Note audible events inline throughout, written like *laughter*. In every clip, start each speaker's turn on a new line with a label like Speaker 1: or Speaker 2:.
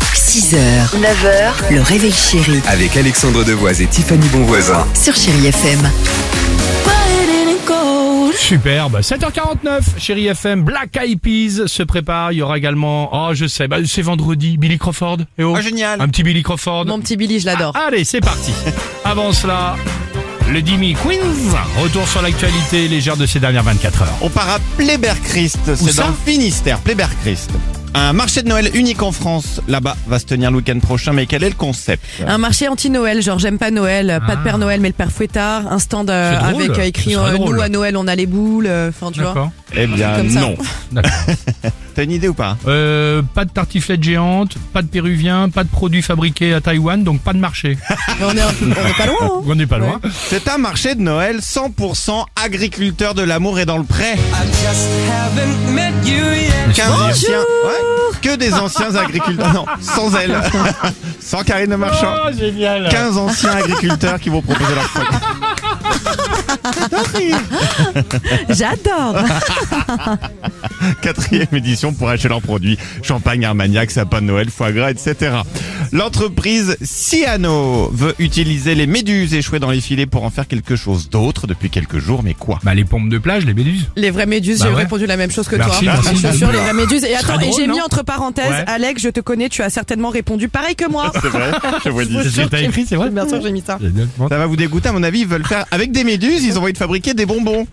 Speaker 1: 6h, 9h, le réveil chéri
Speaker 2: Avec Alexandre Devoise et Tiffany Bonvoisin.
Speaker 1: sur Chéri FM.
Speaker 3: Superbe. 7h49, chérie FM, Black Eyed Peas se prépare. Il y aura également, oh, je sais, bah, c'est vendredi, Billy Crawford. Eh oh,
Speaker 4: Ah, génial.
Speaker 3: Un petit Billy Crawford.
Speaker 5: Mon petit Billy, je l'adore.
Speaker 3: Allez, c'est
Speaker 5: *laughs*
Speaker 3: parti. Avant cela, le Dimi Queens. Retour sur l'actualité légère de ces dernières 24 heures.
Speaker 4: On part à Pléberchrist, c'est
Speaker 3: ça
Speaker 4: dans le Finistère, Pléberchrist. Un marché de Noël unique en France, là-bas, va se tenir le week-end prochain, mais quel est le concept
Speaker 3: Hein.
Speaker 5: Un marché anti-Noël, genre j'aime pas Noël, pas de Père Noël mais le Père Fouettard, un stand euh,
Speaker 3: Ah. C'est drôle,
Speaker 5: avec euh, écrit
Speaker 3: ce serait
Speaker 5: euh,
Speaker 3: drôle. Ah,
Speaker 5: nous à Noël on a les boules, euh, enfin tu vois.
Speaker 4: Eh bien
Speaker 5: Comme ça.
Speaker 4: non.
Speaker 3: D'accord.
Speaker 4: T'as une idée ou pas
Speaker 3: Euh, pas de tartiflette géante, pas de péruvien, pas de produits fabriqués à Taïwan, donc pas de marché.
Speaker 5: Mais on est, un peu- on est
Speaker 3: *laughs*
Speaker 5: pas loin. hein.
Speaker 3: On n'est pas loin.
Speaker 4: C'est un marché de Noël 100% agriculteur de l'amour et dans le prêt. Qu'un ancien- ouais, que des anciens agriculteurs. Non, sans elle. sans Karine Le Marchand.
Speaker 3: Oh, génial.
Speaker 4: 15 anciens agriculteurs qui vont proposer leur truc.
Speaker 5: J'adore.
Speaker 4: Quatrième édition pour acheter leurs produits. Champagne, armagnac, sapin de Noël, foie gras, etc. L'entreprise Ciano veut utiliser les méduses échouées dans les filets pour en faire quelque chose d'autre depuis quelques jours, mais quoi
Speaker 3: Bah, les pompes de plage, les méduses.
Speaker 5: Les vraies méduses,
Speaker 3: Bah
Speaker 5: j'ai
Speaker 3: ouais.
Speaker 5: répondu la même chose que
Speaker 3: Merci,
Speaker 5: toi.
Speaker 3: merci.
Speaker 5: Je suis sûre, les vraies méduses. Et attends, et
Speaker 3: drôle,
Speaker 5: j'ai
Speaker 3: non
Speaker 5: mis entre parenthèses,
Speaker 3: Ouais.
Speaker 5: Alex, je te connais, tu as certainement répondu pareil que
Speaker 3: *laughs*
Speaker 5: moi.
Speaker 4: C'est vrai, *laughs* je vous le dis.
Speaker 3: C'est ce que t'as écrit, c'est vrai
Speaker 5: *laughs* Bien sûr, j'ai mis ça.
Speaker 3: Génial.
Speaker 4: Ça va vous dégoûter, à mon avis, ils veulent faire avec des méduses, ils ont envie de fabriquer des bonbons.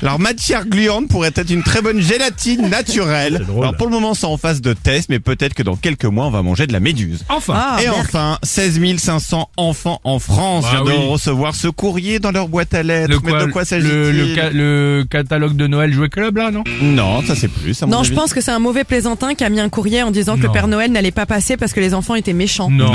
Speaker 4: Leur matière gluante pourrait être une très bonne gélatine naturelle.
Speaker 3: C'est drôle.
Speaker 4: Alors pour le moment, ça en phase de test, mais peut-être que dans quelques mois, on va manger de la méduse.
Speaker 3: Enfin.
Speaker 5: Ah,
Speaker 4: Et
Speaker 5: merde.
Speaker 4: enfin, 16 500 enfants en France
Speaker 3: Bah
Speaker 4: viennent
Speaker 3: oui.
Speaker 4: de recevoir ce courrier dans leur boîte à lettres.
Speaker 3: Le
Speaker 4: Mais
Speaker 3: quoi,
Speaker 4: de quoi s'agit-il
Speaker 3: le, le ca- le catalogue de Noël Jouet Club là, non
Speaker 4: Non, ça c'est plus. à mon
Speaker 5: Non, je
Speaker 4: avis.
Speaker 5: pense que c'est un mauvais plaisantin qui a mis un courrier en disant que
Speaker 3: Non.
Speaker 5: le Père Noël n'allait pas passer parce que les enfants étaient méchants.
Speaker 4: Non.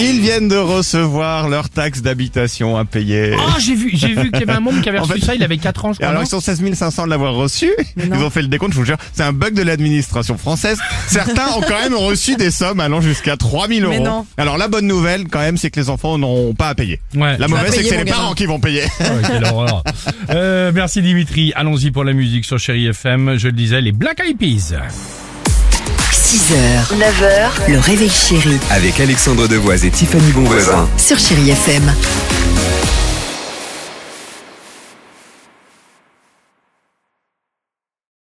Speaker 4: Ils viennent de recevoir leur taxe d'habitation à payer.
Speaker 3: Oh, j'ai vu, j'ai vu qu'il y avait un monde qui avait
Speaker 4: En
Speaker 3: reçu
Speaker 4: fait-
Speaker 3: ça, il avait 4 ans, je
Speaker 4: Et
Speaker 3: crois.
Speaker 4: alors
Speaker 3: non
Speaker 4: ils sont 16 500 de l'avoir reçu.
Speaker 5: Mais
Speaker 4: Ils
Speaker 5: non.
Speaker 4: ont fait le décompte, je vous jure. C'est un bug de l'administration française. Certains ont quand même reçu des sommes allant jusqu'à 3000 euros.
Speaker 5: Mais non.
Speaker 4: Alors la bonne nouvelle quand même, c'est que les enfants n'auront pas à payer.
Speaker 3: Ouais.
Speaker 4: La
Speaker 5: vas
Speaker 4: mauvaise, c'est que
Speaker 5: payer,
Speaker 4: c'est
Speaker 5: mon
Speaker 4: les parents
Speaker 5: gamin.
Speaker 4: qui vont payer.
Speaker 3: Ouais, quelle horreur. Euh, merci Dimitri. Allons-y pour la musique sur Chéri FM. Je le disais, les Black Eyed Peas.
Speaker 1: 6h, 9h, le réveil chéri
Speaker 2: Avec Alexandre Devoise et Tiffany Bonvoisin.
Speaker 1: sur Chéri FM.